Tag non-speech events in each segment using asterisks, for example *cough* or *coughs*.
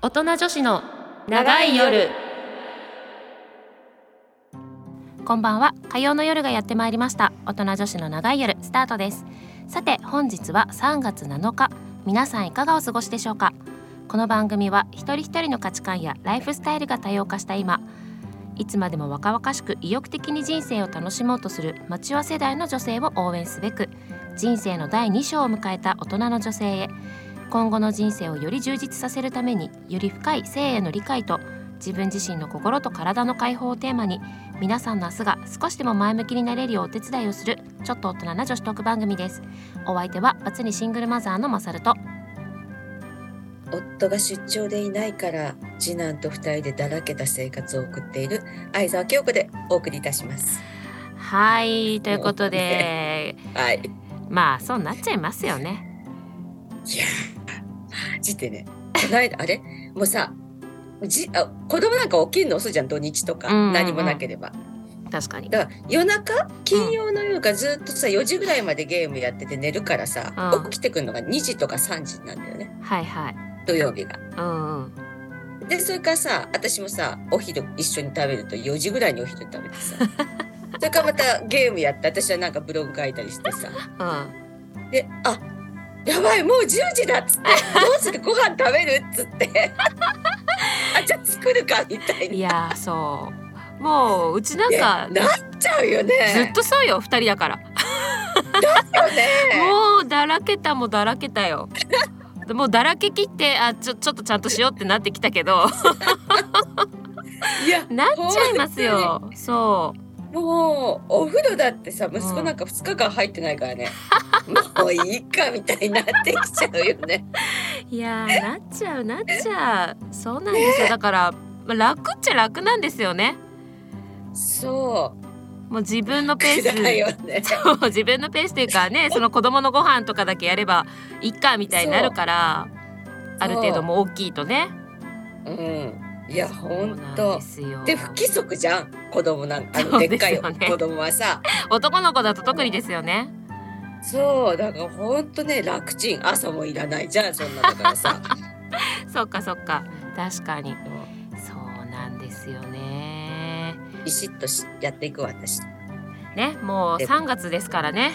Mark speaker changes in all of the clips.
Speaker 1: 大人女子の長い夜こんばんは火曜の夜がやってまいりました大人女子の長い夜スタートですさて本日は3月7日皆さんいかがお過ごしでしょうかこの番組は一人一人の価値観やライフスタイルが多様化した今いつまでも若々しく意欲的に人生を楽しもうとするマチュア世代の女性を応援すべく人生の第2章を迎えた大人の女性へ今後の人生をより充実させるためにより深い性への理解と自分自身の心と体の解放をテーマに皆さんの明日が少しでも前向きになれるようお手伝いをするちょっと大人な女子トーク番組ですお相手はバツにシングルマザーのマサルと
Speaker 2: 夫が出張でいないから次男と二人でだらけた生活を送っている相沢京子でお送りいたします
Speaker 1: はいということで
Speaker 2: はいい
Speaker 1: *laughs* まあそうなっちゃいますよね
Speaker 2: やーマジでねこの間あれもうさじあ子供なんか起きるの遅いじゃん土日とか、
Speaker 1: うんうんうん
Speaker 2: 何もなければ
Speaker 1: 確かに
Speaker 2: だから夜中金曜の夜がずっとさ4時ぐらいまでゲームやってて寝るからさ、
Speaker 1: うん
Speaker 2: 起きてくるのが2時とか3時なんだよね
Speaker 1: はいはい
Speaker 2: 土曜日が。
Speaker 1: うんうん
Speaker 2: でそれからさ私もさお昼一緒に食べると4時ぐらいにお昼食べ
Speaker 1: *laughs*
Speaker 2: てさそれからまたゲームやって私はなんかブログ書いたりしてさ
Speaker 1: うん
Speaker 2: で「あやばいもう10時だ」っつって「どうするご飯食べる?」っつ
Speaker 1: *laughs*
Speaker 2: って「あじゃあ作るか」みたい
Speaker 1: い
Speaker 2: に
Speaker 1: やーそうもううちなんか
Speaker 2: なっちゃうよ
Speaker 1: ずっ
Speaker 2: ね。
Speaker 1: とそうよ二人だから
Speaker 2: だよね。
Speaker 1: もうだらけたもだらけたよ *laughs* もうだらけきってあちょちょっとちゃんとしようってなってきたけ
Speaker 2: *laughs*
Speaker 1: ど
Speaker 2: いや
Speaker 1: なっちゃいますよそう
Speaker 2: もうお風呂だってさ息子なんか2日間入ってないからね、もういいかみたいになってきちゃうよね。
Speaker 1: いやーなっちゃうなっちゃうそうなんです
Speaker 2: *laughs*
Speaker 1: よだから、まあ、楽っちゃ楽なんですよね
Speaker 2: そう
Speaker 1: もう自分のペー
Speaker 2: だ
Speaker 1: *laughs*
Speaker 2: よ
Speaker 1: ス
Speaker 2: ね。
Speaker 1: そう自分のペースというかねその子供のご飯とかだけやればいっかみたいになるから
Speaker 2: そ
Speaker 1: あ
Speaker 2: う
Speaker 1: る程度もう大きいとね
Speaker 2: うん。いや本
Speaker 1: そうなん
Speaker 2: 当
Speaker 1: で。すよ
Speaker 2: で不規則じゃん子供なんかあ
Speaker 1: そう
Speaker 2: の
Speaker 1: です
Speaker 2: で
Speaker 1: よね
Speaker 2: っかい子供はさ
Speaker 1: 男の子だと特にですよね
Speaker 2: そうだからほんとね楽ちん朝もいらないじゃんそんなだか
Speaker 1: *laughs*
Speaker 2: らさ
Speaker 1: そっかそっか確かにそうなんですよね。
Speaker 2: ビシッとしやっていくわ私
Speaker 1: ね、もう
Speaker 2: で
Speaker 1: 3月ですからね。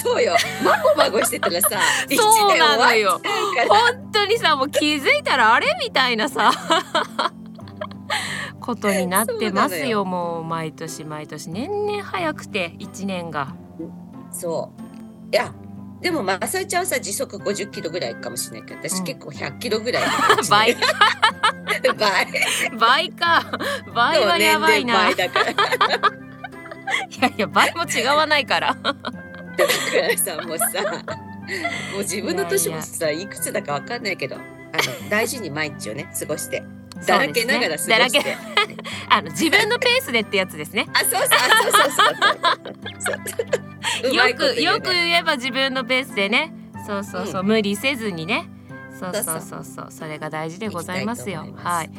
Speaker 2: そうよまごまごしてたら
Speaker 1: *laughs*
Speaker 2: さ一年
Speaker 1: そうな
Speaker 2: 終わ
Speaker 1: の
Speaker 2: っちゃ
Speaker 1: よ
Speaker 2: うから
Speaker 1: 本当にさ、もう気づいたらあれみたいな
Speaker 2: *laughs*
Speaker 1: さ。ことになってますよ
Speaker 2: そうなのよ
Speaker 1: もう毎年毎年年々早くて1年
Speaker 2: *laughs*
Speaker 1: が
Speaker 2: そういやでもまさえちゃんはさ時速50キロぐらいかもしれないけど私
Speaker 1: うん
Speaker 2: 結構100キロぐらい *laughs*
Speaker 1: 倍
Speaker 2: 倍
Speaker 1: 倍か倍はやばいな、
Speaker 2: そう年齢倍だから
Speaker 1: いやいや倍も違わないから
Speaker 2: だからさも
Speaker 1: *laughs*
Speaker 2: うさもう自分の年もさいくつだかわかんないけどあ
Speaker 1: *laughs*
Speaker 2: の大事に毎日をね過ごして *laughs* だらけながら過ご
Speaker 1: そうです
Speaker 2: し
Speaker 1: ねだら
Speaker 2: て、
Speaker 1: けあの自分のペースでってやつですね
Speaker 2: あそうそうあそう
Speaker 1: *laughs*
Speaker 2: そうそうそううまい
Speaker 1: よ
Speaker 2: こと
Speaker 1: く
Speaker 2: 言う
Speaker 1: よ
Speaker 2: ね
Speaker 1: く言えば自分のペースでねそうそうそう、無理せずにねそうそうそうそうそれが大事でございますよ
Speaker 2: いきたいと思います
Speaker 1: はい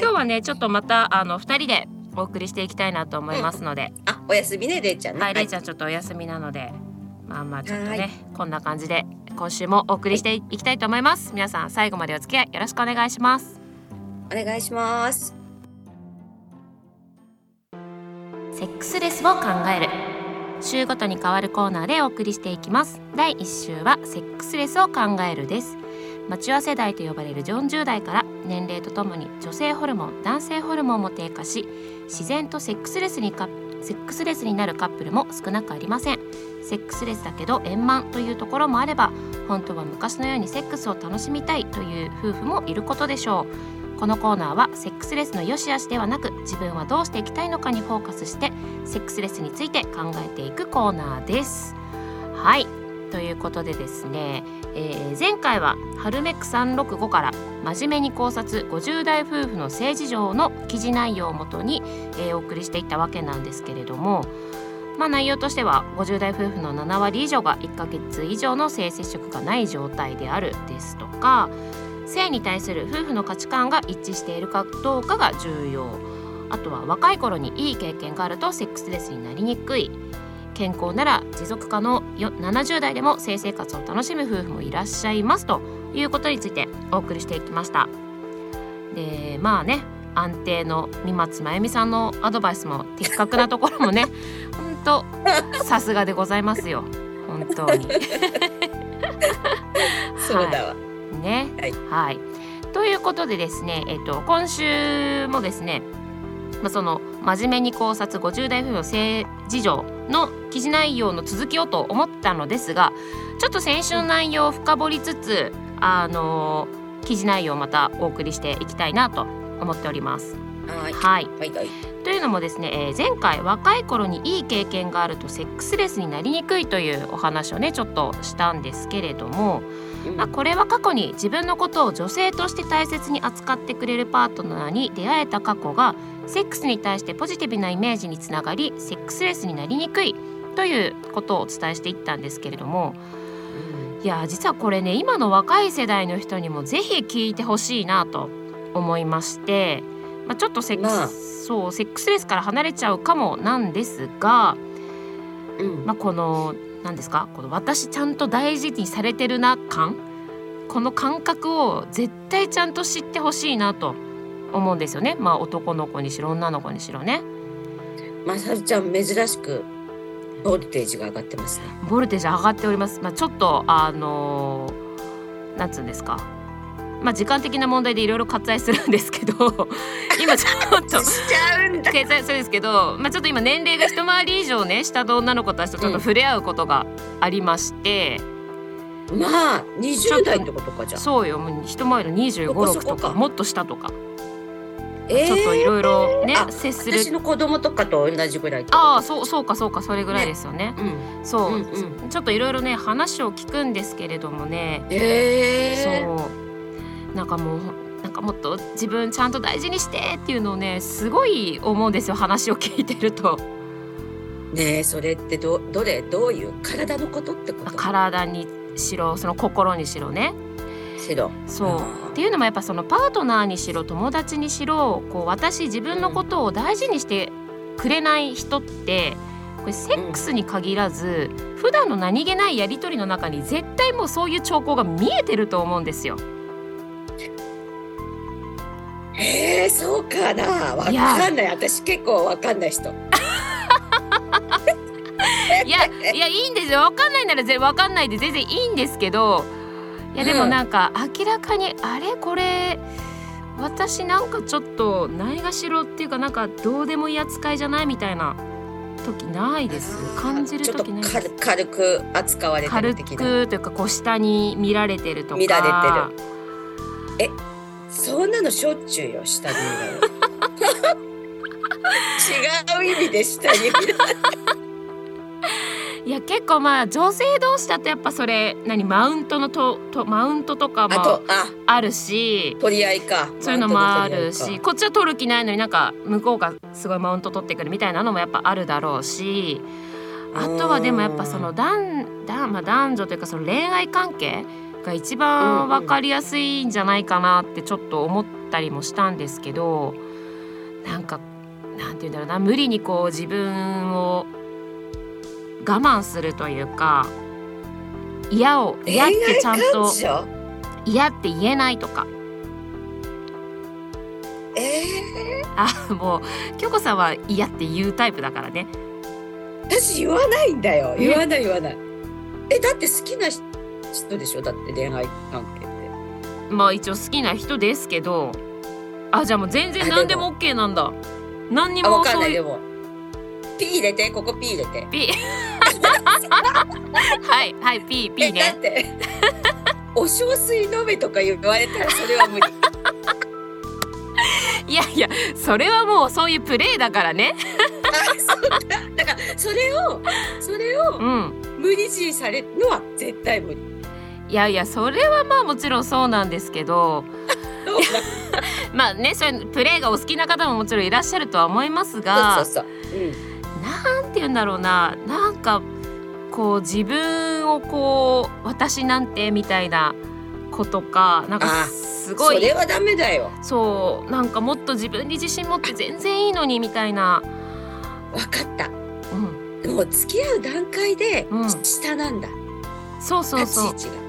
Speaker 1: 今日はねちょっとまたあの二人でお送りしていきたいなと思いますので、
Speaker 2: あおやすみねれいちゃんね
Speaker 1: はい、れいち
Speaker 2: ゃ
Speaker 1: ゃ
Speaker 2: ん
Speaker 1: んちょっとお休みなのでまあまあちょっと
Speaker 2: は
Speaker 1: ね
Speaker 2: い
Speaker 1: こんな感じで今週もお送りしていきたいと思います、皆さん最後までお付き合いよろしくお願いします
Speaker 2: お願いします
Speaker 1: セックスレスを考える週ごとに変わるコーナーでお送りしていきます第1週はセックスレスを考えるですマチュア世代と呼ばれる40代から年齢とともに女性ホルモン男性ホルモンも低下し自然とセックスレスにかセックスレスになるカップルも少なくありませんセックスレスだけど円満というところもあれば本当は昔のようにセックスを楽しみたいという夫婦もいることでしょうこのコーナーはセックスレスの良し悪しではなく自分はどうしていきたいのかにフォーカスしてセックスレスについて考えていくコーナーですはいということでですね、えー前回は春めく365から真面目に考察50代夫婦の政治上の記事内容をもとに、えーお送りしていたわけなんですけれどもまあ内容としては50代夫婦の7割以上が1ヶ月以上の性接触がない状態であるですとか性に対する夫婦の価値観が一致しているかどうかが重要あとは若い頃にいい経験があるとセックスレスになりにくい健康なら持続可能よ70代でも性生活を楽しむ夫婦もいらっしゃいますということについてお送りしていきましたでまあね安定の三松真由美さんのアドバイスも的確なところもね *laughs* 本当さすがでございますよ本当に。
Speaker 2: そうだわ。
Speaker 1: ね、
Speaker 2: はい
Speaker 1: はいということでですね、えっと、今週もですね、まあ、その「真面目に考察50代夫婦の性事情」の記事内容の続きをと思ったのですがちょっと先週の内容を深掘りつつあの記事内容をまたお送りしていきたいなと思っております。
Speaker 2: はい。
Speaker 1: はい
Speaker 2: はいはい。
Speaker 1: というのもですね、えー前回若い頃にいい経験があるとセックスレスになりにくいというお話をねちょっとしたんですけれども、
Speaker 2: うん
Speaker 1: まあ、これは過去に自分のことを女性として大切に扱ってくれるパートナーに出会えた過去がセックスに対してポジティブなイメージにつながりセックスレスになりにくいということをお伝えしていったんですけれども
Speaker 2: うん
Speaker 1: いやー実はこれね今の若い世代の人にもぜひ聞いてほしいなと思いまして、まあ、ちょっとセックス、
Speaker 2: まあ
Speaker 1: そうセックスレスから離れちゃうかもなんですが、
Speaker 2: うん
Speaker 1: まあ、この何ですかこの私ちゃんと大事にされてるな感この感覚を絶対ちゃんと知ってほしいなと思うんですよね、まあ、男の子にしろ女の子にしろね。
Speaker 2: まさるちゃん珍しくボルテージが上がってますね。
Speaker 1: ボルテージ上がっております。まあ、ちょっとあのーなんつうんですか。まあ、時間的な問題でいろいろ割愛するんですけど *laughs* 今ちょっと
Speaker 2: しちゃうんだ。
Speaker 1: 経済そうですけど、まあ、ちょっと今年齢が一回り以上ね下の女の子たちとちょっと触れ合うことがありまして、
Speaker 2: まあ二十代ってことかじゃん。
Speaker 1: そうよもう一回りの2 5
Speaker 2: そこ
Speaker 1: 六
Speaker 2: そ
Speaker 1: 6と
Speaker 2: こ
Speaker 1: か
Speaker 2: か
Speaker 1: もっと下とか、
Speaker 2: え
Speaker 1: ちょっといろいろね
Speaker 2: あ
Speaker 1: 接する
Speaker 2: 私の子供とかと同じぐらいってこと。
Speaker 1: ああそうそうかそうかそれぐらいですよね。
Speaker 2: うん。
Speaker 1: そう、
Speaker 2: うんう
Speaker 1: ちょっといろいろね話を聞くんですけれどもね
Speaker 2: ええ。
Speaker 1: そうなんかもうなんかもっと自分ちゃんと大事にしてっていうのをねすごい思うんですよ話を聞いてると
Speaker 2: ねえそれってどどれどういう体のことってこと
Speaker 1: 体にしろその心にしろね
Speaker 2: シロ
Speaker 1: そうっていうのもやっぱそのパートナーにしろ友達にしろこう私自分のことを大事にしてくれない人ってこれセックスに限らず普段の何気ないやり取りの中に絶対もうそういう兆候が見えてると思うんですよ。
Speaker 2: えー、そうかなわかんない私結構わかんない人
Speaker 1: いやいやいいんですよ分かんないなら全分かんないで全然いいんですけどいやでも
Speaker 2: うん
Speaker 1: なんか明らかにあれこれ私なんかちょっとないがしろっていうかなんかどうでもいい扱いじゃないみたいな時ないです感じる
Speaker 2: ちょっと
Speaker 1: 時ないです
Speaker 2: 軽軽く扱われて
Speaker 1: 軽
Speaker 2: る的な
Speaker 1: くというかこう下に見られてるとか
Speaker 2: 見られそんなのしょっちゅうよ下に
Speaker 1: *laughs*
Speaker 2: 見られる違う意味で下
Speaker 1: *laughs*
Speaker 2: に見られる
Speaker 1: いや結構まあ女性同士だとやっぱそれ何マウントのととマウントとか
Speaker 2: あ
Speaker 1: も
Speaker 2: とあ
Speaker 1: あるし
Speaker 2: 取り合いか
Speaker 1: そういうのもある
Speaker 2: マウン
Speaker 1: し
Speaker 2: ト
Speaker 1: こっちは取る気ないのになんか向こうがすごいマウント取ってくるみたいなのもやっぱあるだろうしあとはでもやっぱその男男,、まあ、男女というかその恋愛関係が一番分かりやすいんじゃないかなってちょっと思ったりもしたんですけどなんかなんて言うんだろうな無理にこう自分を我慢するというか嫌を
Speaker 2: の
Speaker 1: 嫌ってちゃんと
Speaker 2: 恋愛感
Speaker 1: 嫌って言えないとか。 *laughs*
Speaker 2: 情え
Speaker 1: あもう京子さんは嫌って言うタイプだからね
Speaker 2: ー、私言わないんだよ
Speaker 1: え
Speaker 2: 言わない言わないえだって好きな人でしょだって恋愛関係って
Speaker 1: まあ一応好きな人ですけどあじゃあもう全然
Speaker 2: あ
Speaker 1: 何で
Speaker 2: でも
Speaker 1: も OK なんだ何に
Speaker 2: あ、わ
Speaker 1: も
Speaker 2: かん
Speaker 1: そ
Speaker 2: な
Speaker 1: う
Speaker 2: い
Speaker 1: い
Speaker 2: で
Speaker 1: う
Speaker 2: も。ピー入れて、ここピー入れて。
Speaker 1: *laughs* はいはい P
Speaker 2: え
Speaker 1: P
Speaker 2: だ
Speaker 1: ね
Speaker 2: って。 *laughs* お小水飲めとか言われたら、それは無理。 *laughs*
Speaker 1: いやいやそれはもうそういうプレイだからね
Speaker 2: だから、それを、それを
Speaker 1: うん
Speaker 2: 無理強いされるのは絶対無理。
Speaker 1: いやいやそれはまあもちろんそうなんですけど
Speaker 2: そう
Speaker 1: まあねそれプレイがお好きな方ももちろんいらっしゃるとは思います
Speaker 2: だ
Speaker 1: が
Speaker 2: そうそうそう。うん。
Speaker 1: なんて言うんだろうななんかこう自分をこう私なんてみたいなことかなんか
Speaker 2: あ
Speaker 1: す
Speaker 2: す
Speaker 1: ご
Speaker 2: ごい。そ
Speaker 1: い
Speaker 2: れはダメだよ。
Speaker 1: そうなんかもっと自分に自信持って全然いいのにみたいな、
Speaker 2: わかった。
Speaker 1: うん、
Speaker 2: もう付き合う段階で
Speaker 1: うん、
Speaker 2: 下なんだ。
Speaker 1: そうそうそう
Speaker 2: 立ち位置が。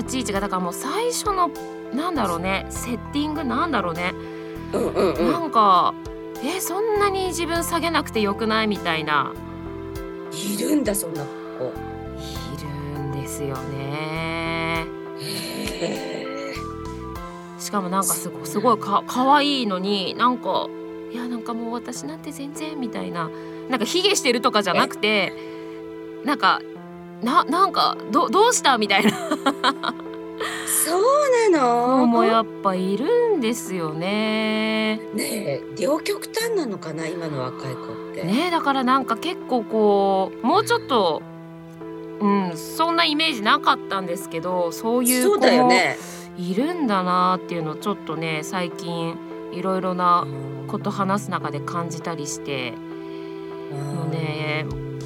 Speaker 1: 立ち位置がだからもう最初のなんだろうねセッティングなんだろうね、
Speaker 2: うんうんう。
Speaker 1: なんんかえそんなに自分下げなくてよくないみたいない
Speaker 2: るんだそんな子。
Speaker 1: いるんですよね
Speaker 2: へ
Speaker 1: しかもなんかすごすごいか可愛いのになんかいやなんかもう私なんて全然みたいななんか卑下してるとかじゃなくてなんかななんかどどうしたみたいな
Speaker 2: ーそうな
Speaker 1: 子
Speaker 2: の。
Speaker 1: もやっぱいるんですよね。
Speaker 2: ねえ両極端なのかな今の若い子って。
Speaker 1: ねだからなんか結構こうもうちょっと、うん、そんなイメージなかったんですけどそういう
Speaker 2: そう
Speaker 1: 子
Speaker 2: だよ
Speaker 1: も
Speaker 2: ね。
Speaker 1: いるんだなっていうのをちょっとね最近いろいろなこと話す中で感じたりして。もうね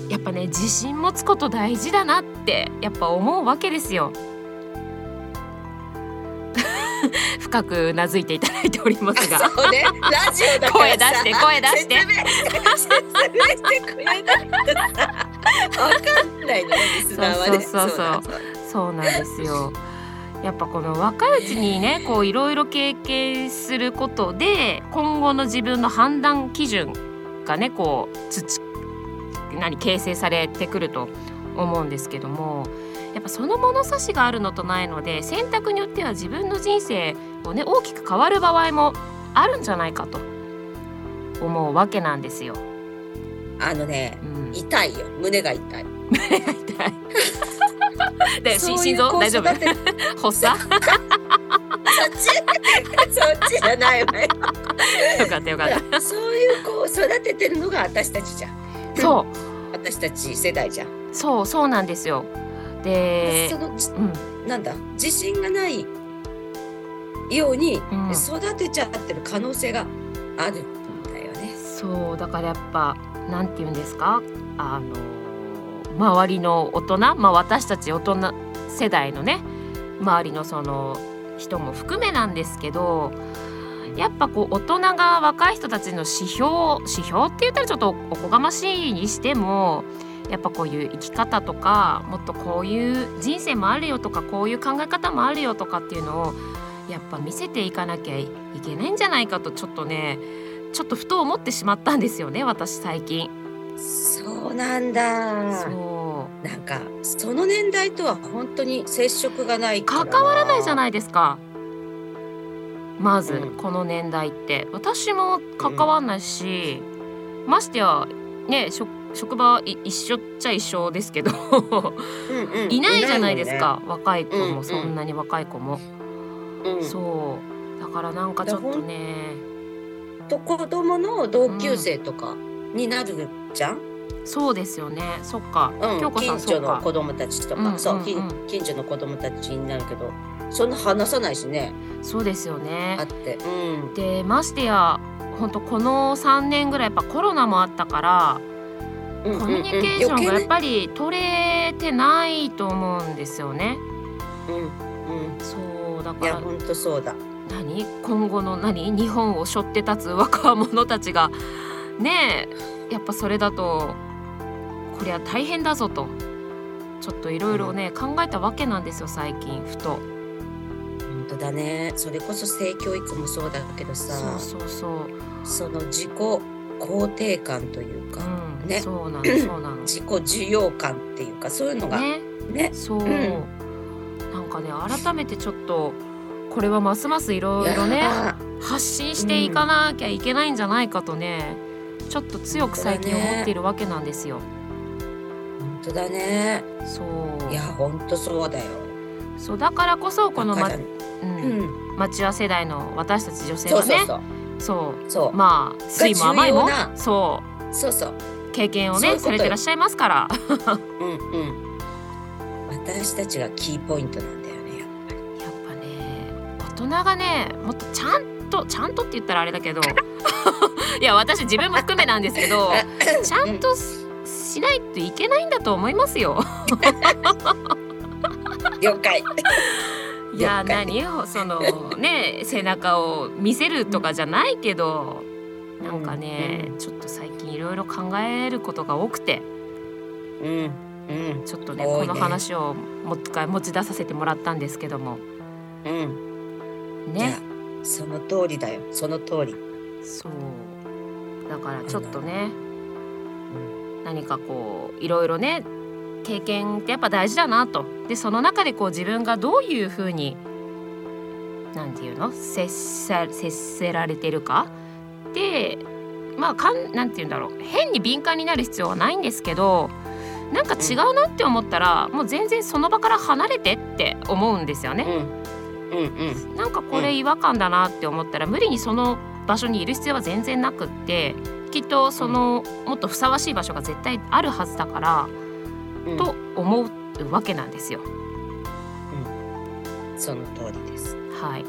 Speaker 1: やっぱね自信持つこと大事だなってやっぱ思うわけですよ *laughs* 深くうなずいていただいております
Speaker 2: あ
Speaker 1: が
Speaker 2: そうねラジオだか
Speaker 1: 声
Speaker 2: ら
Speaker 1: 出
Speaker 2: さ
Speaker 1: して声出して
Speaker 2: 説明して説明してくれないとさわかんないのよリスナーはね
Speaker 1: そうそうそうそうそうなんですよやっぱこの若いうちにねこういろいろ経験することで今後の自分の判断基準がねこう土何形成されてくると思うんですけどもやっぱその物差しがあるのとないので選択によっては自分の人生をね大きく変わる場合もあるんじゃないかと思うわけなんですよ。
Speaker 2: あのね
Speaker 1: うん、
Speaker 2: 痛いよ胸が痛い
Speaker 1: 痛いで
Speaker 2: そう
Speaker 1: 心
Speaker 2: い
Speaker 1: 心
Speaker 2: う
Speaker 1: 臓
Speaker 2: 子を
Speaker 1: 大丈夫
Speaker 2: 育てる
Speaker 1: 発作
Speaker 2: *laughs* そっちそっちじゃないわよ
Speaker 1: よかったよかった。
Speaker 2: そういう子を育ててるのが私たちじゃん
Speaker 1: そう
Speaker 2: 私たち世代じゃん、
Speaker 1: そうそうなんですよ。で
Speaker 2: そ、のじ
Speaker 1: うん
Speaker 2: なんだ自信がないように
Speaker 1: うん、
Speaker 2: 育てちゃってる可能性があるんだよね
Speaker 1: そうだからやっぱなんて言うんですかあの周りの大人、まあ、私たち大人世代のね周りのその人も含めなんですけどやっぱこう大人が若い人たちの指標指標って言ったらちょっとおこがましいにしてもやっぱこういう生き方とかもっとこういう人生もあるよとかこういう考え方もあるよとかっていうのをやっぱ見せていかなきゃいけないんじゃないかとちょっとねちょっとふと思ってしまったんですよね私最近。
Speaker 2: そうなんだ
Speaker 1: そ
Speaker 2: なんかその年代とは本当に接触がないうから
Speaker 1: 関わらないじゃ
Speaker 2: い
Speaker 1: ないですか。まず、
Speaker 2: うん
Speaker 1: この年代って私も関わんないし、ましてやね職職場い一緒っちゃ一緒ですけどいないじゃないです、か若い子
Speaker 2: うんう
Speaker 1: も
Speaker 2: ん
Speaker 1: そんなに若い子も、
Speaker 2: うんうんうん
Speaker 1: そうだからなんかちょっとね
Speaker 2: と子供の同級生とかになるじゃん、
Speaker 1: そうですよねそっか、
Speaker 2: うん
Speaker 1: 京子さ
Speaker 2: 近
Speaker 1: んそ
Speaker 2: 所
Speaker 1: う
Speaker 2: の
Speaker 1: か
Speaker 2: 子供たちとか、
Speaker 1: うん
Speaker 2: そううん近
Speaker 1: うん
Speaker 2: 近所の子供たちになるけどそんな話さないしね
Speaker 1: そうですよね
Speaker 2: あって、うん、
Speaker 1: でましてや本当この3年ぐらいやっぱコロナもあったから
Speaker 2: うん
Speaker 1: コミュニケーションがやっ
Speaker 2: り、
Speaker 1: ぱり取れてないと思うんですよね。
Speaker 2: うんうん
Speaker 1: そうだ
Speaker 2: い
Speaker 1: か
Speaker 2: や
Speaker 1: ら
Speaker 2: 本当そうだ
Speaker 1: 何今後の何日本を背負って立つ若者たちがねえやっぱそれだとこりゃ大変だぞとちょっといろいろね、考えたわけなんですよ最近ふと。
Speaker 2: 本当だねそれこそ性教育もそうだけどさ
Speaker 1: そうそうそう、
Speaker 2: その自己肯定感というか、
Speaker 1: うん
Speaker 2: ね
Speaker 1: そうなのそうなの。
Speaker 2: 自己需要感っていうかそういうのがね
Speaker 1: ねそう、
Speaker 2: ん
Speaker 1: なんかね改めてちょっとこれはますますいろいろ
Speaker 2: い
Speaker 1: ね
Speaker 2: や
Speaker 1: 発信していかなきゃいけないんじゃないかとね、ちょっと強く最近思っているわけなんですよ。
Speaker 2: ー本当だね
Speaker 1: そう
Speaker 2: いや本当そうだよ
Speaker 1: そうだからこそこの、ま
Speaker 2: だから
Speaker 1: うん
Speaker 2: うん
Speaker 1: 町屋世代の私たち女性
Speaker 2: そう
Speaker 1: は
Speaker 2: そう
Speaker 1: ね
Speaker 2: そう
Speaker 1: そう
Speaker 2: そう
Speaker 1: まあ酸いも甘いも
Speaker 2: 重要な
Speaker 1: そ
Speaker 2: そうそう
Speaker 1: う経験を
Speaker 2: そういう
Speaker 1: ね
Speaker 2: こと
Speaker 1: され
Speaker 2: よ
Speaker 1: てらっしゃいますから。
Speaker 2: うんうん私たちがキーポイントなんだよね *laughs*
Speaker 1: やっぱね大人がねもっとちゃんとちゃんとって言ったらあれだけど *laughs* いや私自分も含めなんですけ *laughs* どちゃんとししないといけないんだと思いますよ。
Speaker 2: 了解
Speaker 1: いや
Speaker 2: 了解
Speaker 1: 何よそのね背中を見せるとかじゃないけどなんかね、ちょっと最近いろいろ考えることが多くて
Speaker 2: うんうん
Speaker 1: ちょっとね
Speaker 2: 多
Speaker 1: こ
Speaker 2: いね
Speaker 1: の話をもう一回持ち出させてもらったんですけども
Speaker 2: うんいや
Speaker 1: ね
Speaker 2: その通りだよその通り、
Speaker 1: そうだからちょっとね
Speaker 2: うん
Speaker 1: 何かこういろいろね経験ってやっぱ大事だなとでその中でこう自分がどういうふうになんていうの接さ接せられてるかでまあかんなんていうんだろう変に敏感になる必要はないんですけどなんか違うなって思ったらもう全然その場から離れてって思うんですよね。
Speaker 2: うん、うんうん
Speaker 1: なんかこれ違和感だなって思ったら無理にその場所にいる必要は全然なくってきっとそのもっとふさわしい場所が絶対あるはずだから
Speaker 2: うん
Speaker 1: と思うわけなんですよ。
Speaker 2: その通りです
Speaker 1: はい、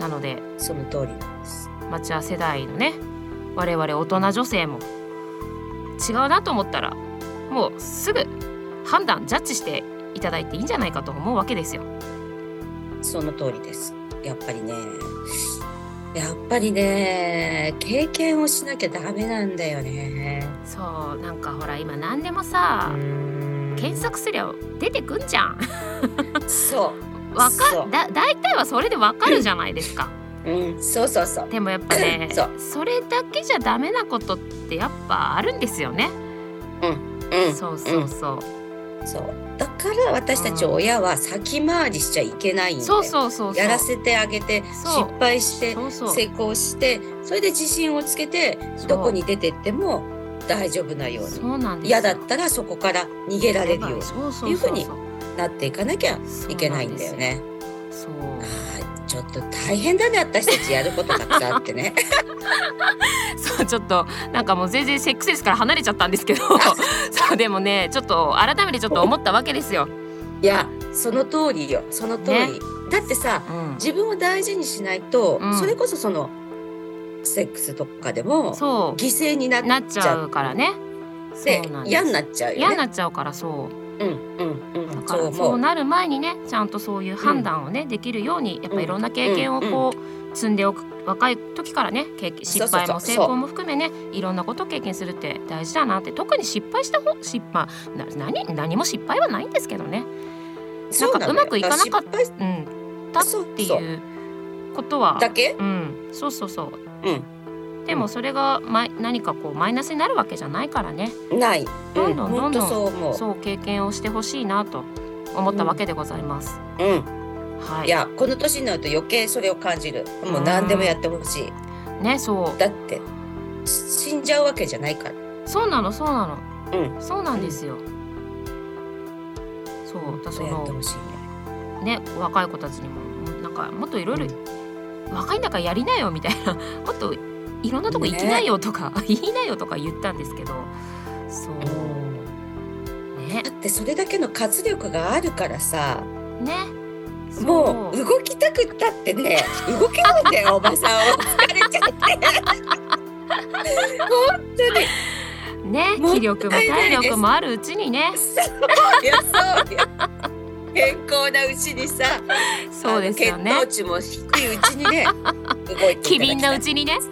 Speaker 1: なので
Speaker 2: その通りなんです
Speaker 1: 町屋世代のね我々大人女性も違うなと思ったらもうすぐ判断ジャッジしていただいていいんじゃないかと思うわけですよ。
Speaker 2: その通りですやっぱりねやっぱりね経験をしなきゃダメなんだよね
Speaker 1: そうなんかほら今何でもさ
Speaker 2: うん
Speaker 1: 検索すりゃ出てくんじゃん。
Speaker 2: そ
Speaker 1: わ
Speaker 2: そ
Speaker 1: か
Speaker 2: う
Speaker 1: だ大体はそれでわかるじゃないですか。
Speaker 2: う、うん、そうそうそう
Speaker 1: でもやっぱね
Speaker 2: *coughs* そ
Speaker 1: それだけじゃダメなことってやっぱあるんですよね。
Speaker 2: うん
Speaker 1: そうそうそう。
Speaker 2: そうだから私たち親は先回りしちゃいけないんで
Speaker 1: そうそうそうそう。
Speaker 2: やらせてあげて
Speaker 1: そう
Speaker 2: 失敗して
Speaker 1: そうそう
Speaker 2: 成功してそれで自信をつけて
Speaker 1: そう
Speaker 2: どこに出てっても大丈夫なよう
Speaker 1: そうなんで
Speaker 2: に
Speaker 1: すよ
Speaker 2: 嫌だったらそこから逃げられるように
Speaker 1: そうそう
Speaker 2: いう
Speaker 1: そ
Speaker 2: ふ
Speaker 1: う
Speaker 2: うになっていかなきゃ
Speaker 1: そう
Speaker 2: いけないんだよね。
Speaker 1: そう
Speaker 2: あーちょっと大変だね私たちやることたくさんあっ
Speaker 1: *laughs*
Speaker 2: てね。
Speaker 1: そうちょっとなんかもう全然セックスレスから離れちゃったんです
Speaker 2: *laughs*
Speaker 1: けどそうでもねちょっと改めてちょっと思ったわけですよ。
Speaker 2: いやその通りよその通り。
Speaker 1: ね
Speaker 2: だってさ
Speaker 1: うん、
Speaker 2: 自分を大事にしないと、
Speaker 1: うん
Speaker 2: それこそそのセックスとかでも
Speaker 1: そ
Speaker 2: 犠牲にな
Speaker 1: うな
Speaker 2: っ
Speaker 1: っ
Speaker 2: ち
Speaker 1: ち
Speaker 2: ゃ
Speaker 1: ゃ
Speaker 2: っ
Speaker 1: うからね。
Speaker 2: て
Speaker 1: そうなんです
Speaker 2: 嫌になっちゃうよね。
Speaker 1: 嫌になっちゃうからそう。
Speaker 2: うんうんう
Speaker 1: だ
Speaker 2: ん。
Speaker 1: か
Speaker 2: そう
Speaker 1: ら
Speaker 2: 思
Speaker 1: そう
Speaker 2: う。
Speaker 1: なる前にねちゃんとそういう判断をね、できるようにやっぱいろんな経験をこう、積んでおく若い時からね経験失
Speaker 2: そうそうそう
Speaker 1: 敗も成功も含めねいろんなことを経験するって大事だなって特に失敗した方失敗な何何も失敗はないんですけどね、
Speaker 2: そなのよ
Speaker 1: なんかうまくいかなかった
Speaker 2: だら失
Speaker 1: うん、だ
Speaker 2: そう
Speaker 1: ってい
Speaker 2: そう
Speaker 1: うことは
Speaker 2: 敗だけ？
Speaker 1: うん、そうそうそう
Speaker 2: う
Speaker 1: でもそれがま何かこうマイナスになるわけじゃないからね
Speaker 2: ん。ない。
Speaker 1: ど
Speaker 2: うん
Speaker 1: どんどんどん
Speaker 2: 本当そう思う。
Speaker 1: そう経験をしてほしいなと思ったわけでございます。
Speaker 2: うん。
Speaker 1: はい
Speaker 2: いやこの年になると余計それを感じる。もう何でもやってほしい。
Speaker 1: ねそう
Speaker 2: だって死んじゃうわけじゃないから。
Speaker 1: そうなのそうなの、
Speaker 2: う
Speaker 1: そうなんですよ、そうだそ
Speaker 2: そうやって
Speaker 1: の
Speaker 2: ほしいね。
Speaker 1: ね若い子たちにもなんかもっといろいろ若いんだからやりなよみたいな *laughs* もっといろんなとこ行きなよとか、 *laughs* 言いなよとか言ったんですけどそううね
Speaker 2: ん。だってそれだけの活力があるからさ、
Speaker 1: ね
Speaker 2: もう
Speaker 1: そ
Speaker 2: 動きたくったってね、動けないんだよおばさん。疲れちゃって。本当に。
Speaker 1: うね
Speaker 2: もった
Speaker 1: 気
Speaker 2: いない
Speaker 1: 力も体力もあるうちにね
Speaker 2: そうよそうよ。健康なうちにさ、
Speaker 1: そうですよ
Speaker 2: あの
Speaker 1: ね
Speaker 2: 血糖値も低いうちにね、動いていただきたい
Speaker 1: 機敏なうちにね *laughs*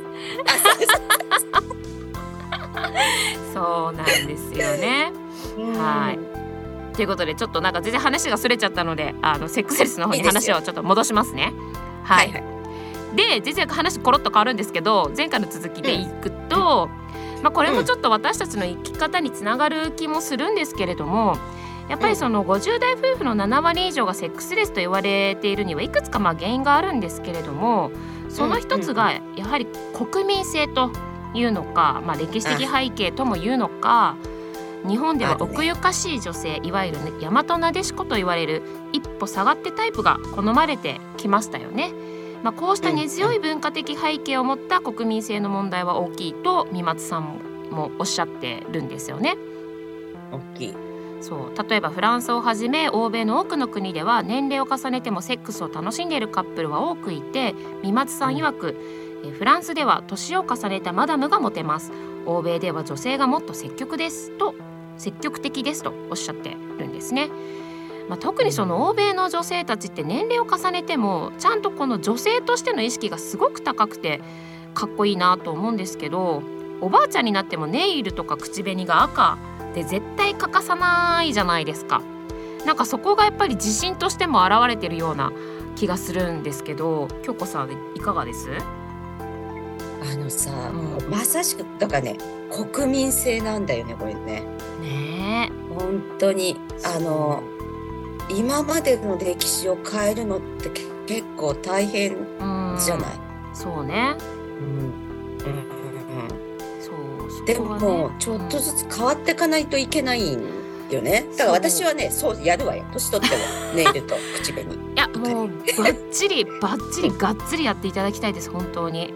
Speaker 1: そうなんですよねはということでちょっとなんか全然話がそれちゃったのであのセックスレスの方に
Speaker 2: いいです
Speaker 1: 話
Speaker 2: よ
Speaker 1: をちょっと戻しますね。は、
Speaker 2: はいいはい。
Speaker 1: で全然話コロッと変わるんですけど前回の続きでいくと、まあ、これもちょっと私たちの生き方につながる気もするんですけれどもやっぱりその50代夫婦の7割以上がセックスレスと言われているにはいくつかまあ原因があるんですけれどもその一つがやはり国民性というのか、まあ、歴史的背景ともいうのか。日本で
Speaker 2: あ
Speaker 1: は
Speaker 2: るね
Speaker 1: 奥ゆかしい女性いわゆるね大和なでしこと言われる一歩下がってタイプが好まれてきましたよね。まあ、こうした根強い文化的背景を持った国民性の問題は大きいと三松さんもおっしゃってるんですよね。
Speaker 2: 大きい。
Speaker 1: そう例えばフランスをはじめ欧米の多くの国では年齢を重ねてもセックスを楽しんでいるカップルは多くいて三松さん曰く、えフランスでは年を重ねたマダムがモテます欧米では女性がもっと積極ですと積極的ですとおっしゃってるんですね。まあ、特にその欧米の女性たちって年齢を重ねてもちゃんとこの女性としての意識がすごく高くてかっこいいなと思うんですけどおばあちゃんになってもネイルとか口紅が赤で絶対欠かさないじゃないですかなんかそこがやっぱり自信としても現れてるような気がするんですけど京子さんいかがです
Speaker 2: あのさ、
Speaker 1: ん
Speaker 2: まさしくだからね国民性なんだよねこれね
Speaker 1: ね
Speaker 2: 本当にあの今までの歴史を変えるのってけ結構大変
Speaker 1: えうん
Speaker 2: じゃない、
Speaker 1: そうね
Speaker 2: うん
Speaker 1: そうそ
Speaker 2: で
Speaker 1: こはね
Speaker 2: もちょっとずつ変わっていかないといけないんよねだから私はねそうやるわよ年取っ
Speaker 1: *laughs*
Speaker 2: てもネイルと口紅
Speaker 1: いやもうバッチリバッチリがっつりやっていただきたいです本当に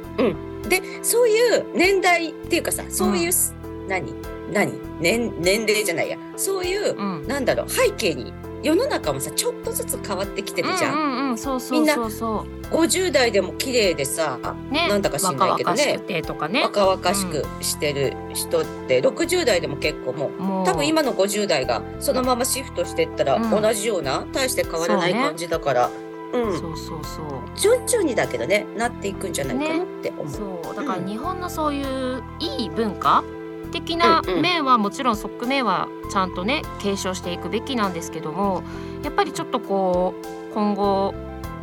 Speaker 2: でそういう年代っていうかさそういうす、何何年年齢じゃないやそういう、
Speaker 1: うん
Speaker 2: なんだろう背景に世の中もさちょっとずつ変わってきてるじゃん、
Speaker 1: うんうんうんそうそうそうそ
Speaker 2: 50代でも綺麗でさ
Speaker 1: うね
Speaker 2: なんだか知んないけどね
Speaker 1: 若々しくてとかね
Speaker 2: 若々しくしてる人って60代でも結構もう
Speaker 1: もう
Speaker 2: 多分今の50代がそのままシフトしてったら
Speaker 1: うん
Speaker 2: 同じような、大して変わらない
Speaker 1: そうね
Speaker 2: 感じだからう,、
Speaker 1: そうそうそ
Speaker 2: ん徐々にだけどねなっていくんじゃないかなって思う、
Speaker 1: うそうだから
Speaker 2: うん
Speaker 1: 日本のそういういい文化的な
Speaker 2: うんうん
Speaker 1: 面はもちろん側面はちゃんとね継承していくべきなんですけどもやっぱりちょっとこう今後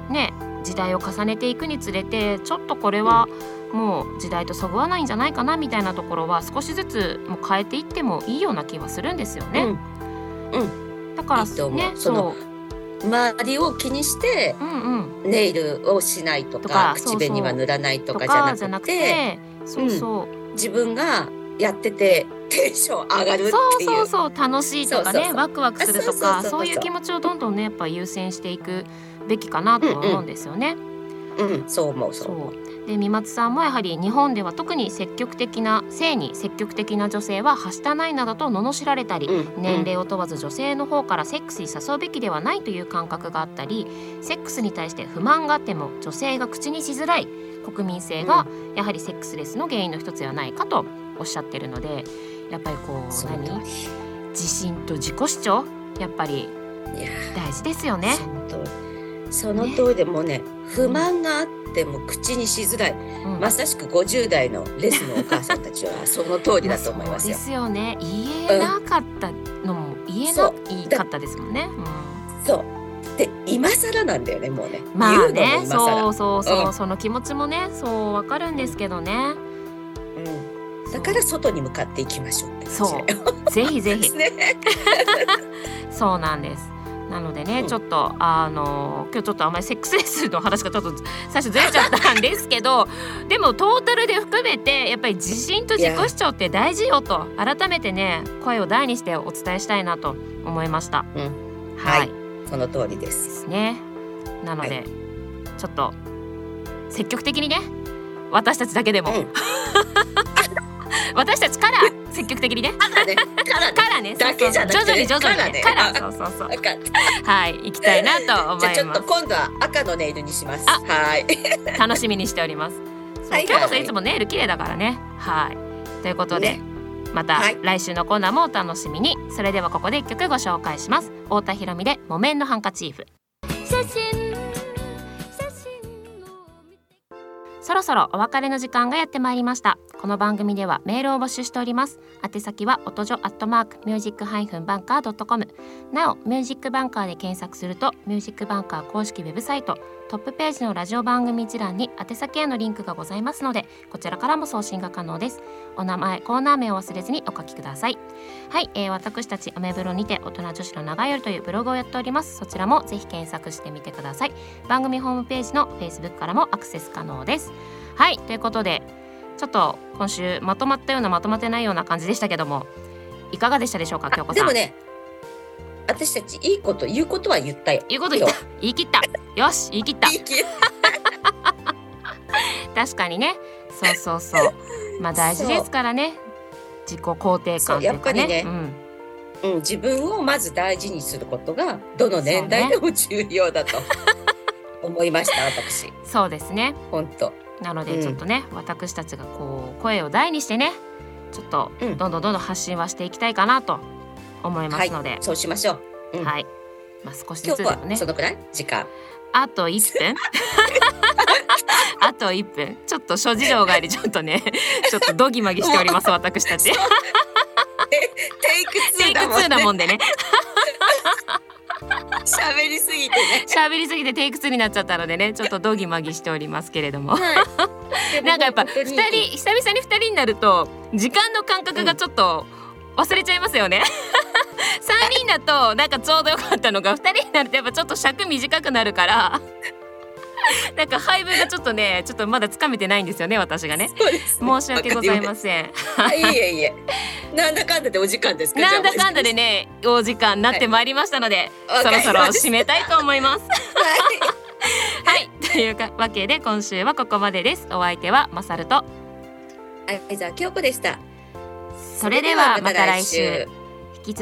Speaker 1: ね時代を重ねていくにつれてちょっとこれはもう時代とそぐわないんじゃないかなみたいなところは少しずつもう変えていってもいいような気はするんですよね。だから
Speaker 2: いいと思う
Speaker 1: ね
Speaker 2: その
Speaker 1: う
Speaker 2: うん、周りを気にして
Speaker 1: うんうん
Speaker 2: ネイルをしないとか
Speaker 1: とか
Speaker 2: 口紅は塗らないと
Speaker 1: と
Speaker 2: か
Speaker 1: か
Speaker 2: じ
Speaker 1: じ
Speaker 2: ゃ
Speaker 1: ゃ
Speaker 2: な
Speaker 1: な
Speaker 2: く
Speaker 1: く
Speaker 2: て
Speaker 1: てそうそう、
Speaker 2: 自分がやっててテンション上がるっていう
Speaker 1: そうそうそう楽しいとかね
Speaker 2: そうそうそう
Speaker 1: ワクワクするとか
Speaker 2: あそうそうそうそう
Speaker 1: そういう気持ちをどんどんねやっぱ優先していくべきかなとは思うんですよね。
Speaker 2: うん、そう思うそう思う
Speaker 1: そうで三松さんもやはり日本では特に積極的な性に積極的な女性ははしたないなどと罵られたり、
Speaker 2: うん
Speaker 1: 年齢を問わず女性の方からセックスに誘うべきではないという感覚があったりセックスに対して不満があっても女性が口にしづらい国民性がやはりセックスレスの原因の一つではないかとおっしゃってるのでやっぱりこ
Speaker 2: うん
Speaker 1: う
Speaker 2: そうだ
Speaker 1: 何自信と自己主張やっぱり
Speaker 2: いや
Speaker 1: 大事ですよね。
Speaker 2: その通りその通りでもうね不満があっても口にしづらい、
Speaker 1: うん
Speaker 2: まさしく50代のレスのお母さんたちはその通りだと思いますよ
Speaker 1: そうですよね。言えなかったのも言えな
Speaker 2: そ
Speaker 1: かったですもんね。うん
Speaker 2: そうで今更なんだよねもうね、
Speaker 1: まあ
Speaker 2: 言う
Speaker 1: ね、
Speaker 2: のも今
Speaker 1: そ
Speaker 2: 更
Speaker 1: うそうそう、
Speaker 2: うん
Speaker 1: その気持ちもね、そうわかるんですけどね。
Speaker 2: うん、だから外に向かっていきましょうって
Speaker 1: そう
Speaker 2: 感じだよ、
Speaker 1: ぜひぜひ
Speaker 2: *laughs* ね
Speaker 1: そうなんです。なのでね、
Speaker 2: うん
Speaker 1: ちょっとあの今日ちょっとあんまりセックスレスの話がち
Speaker 2: *laughs*
Speaker 1: ょっと最初ずれちゃったんですけど、でもトータルで含めてやっぱり自信と自己主張って大事よと改めてね声を大にしてお伝えしたいなと思いました。
Speaker 2: うん
Speaker 1: は
Speaker 2: はいいその通りで
Speaker 1: ですすねなので、ちょっと積極的にね私たちだけでも、
Speaker 2: うん
Speaker 1: 私たちから積極的にね
Speaker 2: からねからね
Speaker 1: からね
Speaker 2: だけじゃな
Speaker 1: そ
Speaker 2: くて
Speaker 1: うそう徐々に徐々にねか
Speaker 2: から
Speaker 1: ら,、
Speaker 2: ね
Speaker 1: そうそうそう
Speaker 2: 分かった
Speaker 1: はい行きたいなと思います
Speaker 2: じゃあちょっと今度は赤のネイルにします
Speaker 1: あ
Speaker 2: はい
Speaker 1: 楽しみにしておりますそう
Speaker 2: はいはい
Speaker 1: 今日こそいつもネイル綺麗だからねはいということで、
Speaker 2: ね
Speaker 1: また
Speaker 2: はい
Speaker 1: 来週のコーナーもお楽しみに、それではここで一曲ご紹介します太田裕美で木綿のハンカチーフ写真そろそろお別れの時間がやってまいりましたこの番組ではメールを募集しております宛先は音女アットマークミュージックハイフンバンカー .com なおミュージックバンカーで検索するとミュージックバンカー公式ウェブサイトトップページのラジオ番組一覧に宛先へのリンクがございますのでこちらからも送信が可能ですお名前コーナー名を忘れずにお書きくださいはい、えー、私たちアメブロにて大人女子の長い夜というブログをやっておりますそちらもぜひ検索してみてください番組ホームページの Facebook からもアクセス可能ですはいということでちょっと今週まとまったようなまとまってないような感じでしたけどもいかがでしたでしょうか京子
Speaker 2: で
Speaker 1: さん
Speaker 2: もね私たちいいこと言うことは言ったよ
Speaker 1: 言うこと言った言い切ったよし言い切った
Speaker 2: いい気
Speaker 1: 確かにねそうそうそうまあ大事ですからね自己肯定
Speaker 2: そ
Speaker 1: 感
Speaker 2: う
Speaker 1: とい
Speaker 2: や
Speaker 1: う
Speaker 2: っ
Speaker 1: か
Speaker 2: ぱり
Speaker 1: ね
Speaker 2: ねうん、自分をまず大事にすることがどの年代でも重要だと思いました私
Speaker 1: うん、そうですね
Speaker 2: 本当
Speaker 1: なの
Speaker 2: う
Speaker 1: で
Speaker 2: ん
Speaker 1: ちょっとね、私たちがこう声を大にしてねちょっと
Speaker 2: うん
Speaker 1: どんどんどんどん発信はしていきたいかなと思いますので、はい
Speaker 2: そうしましょううん
Speaker 1: まあ、少し
Speaker 2: 今
Speaker 1: ずつで
Speaker 2: 日
Speaker 1: も
Speaker 2: は
Speaker 1: ね
Speaker 2: そのくらい時間
Speaker 1: あと1分 *laughs* あと1分ちょっと諸事情がありちょっとねちょっとどぎまぎしております私たち。
Speaker 2: テイク
Speaker 1: テ
Speaker 2: 2
Speaker 1: イク
Speaker 2: だもん
Speaker 1: 2
Speaker 2: ね
Speaker 1: なもんでね。
Speaker 2: 喋りすぎてね。
Speaker 1: 喋りすぎてテイク2になっちゃったのでねちょっとどぎまぎしておりますけれども
Speaker 2: は
Speaker 1: *laughs* *laughs*
Speaker 2: い。
Speaker 1: なんかやっぱ
Speaker 2: で
Speaker 1: 二
Speaker 2: も
Speaker 1: 人久々に二人になると時間の感覚がちょっと忘れちゃいますよね。 *laughs* 三人だとなんかちょうどよかったのが二人になるとやっぱちょっと尺短くなるから。 *laughs* なんか配分がちょっとねちょっとまだつかめてないんですよね私がね
Speaker 2: そ
Speaker 1: *laughs*
Speaker 2: うです
Speaker 1: 申し訳ございま
Speaker 2: *laughs*
Speaker 1: せん
Speaker 2: あいえいえ。なんだかんだでお時間ですか。
Speaker 1: なんだかんだ
Speaker 2: で。
Speaker 1: でねお時間になってまいりましたので、
Speaker 2: はい
Speaker 1: そろそろ
Speaker 2: わかりました
Speaker 1: 締めたいと思い
Speaker 2: *laughs*
Speaker 1: ます
Speaker 2: はい
Speaker 1: はい、というかわけで今週はここまでです。お相手はマサルと。
Speaker 2: あ。じゃあ京子でした。
Speaker 1: それではまた来週。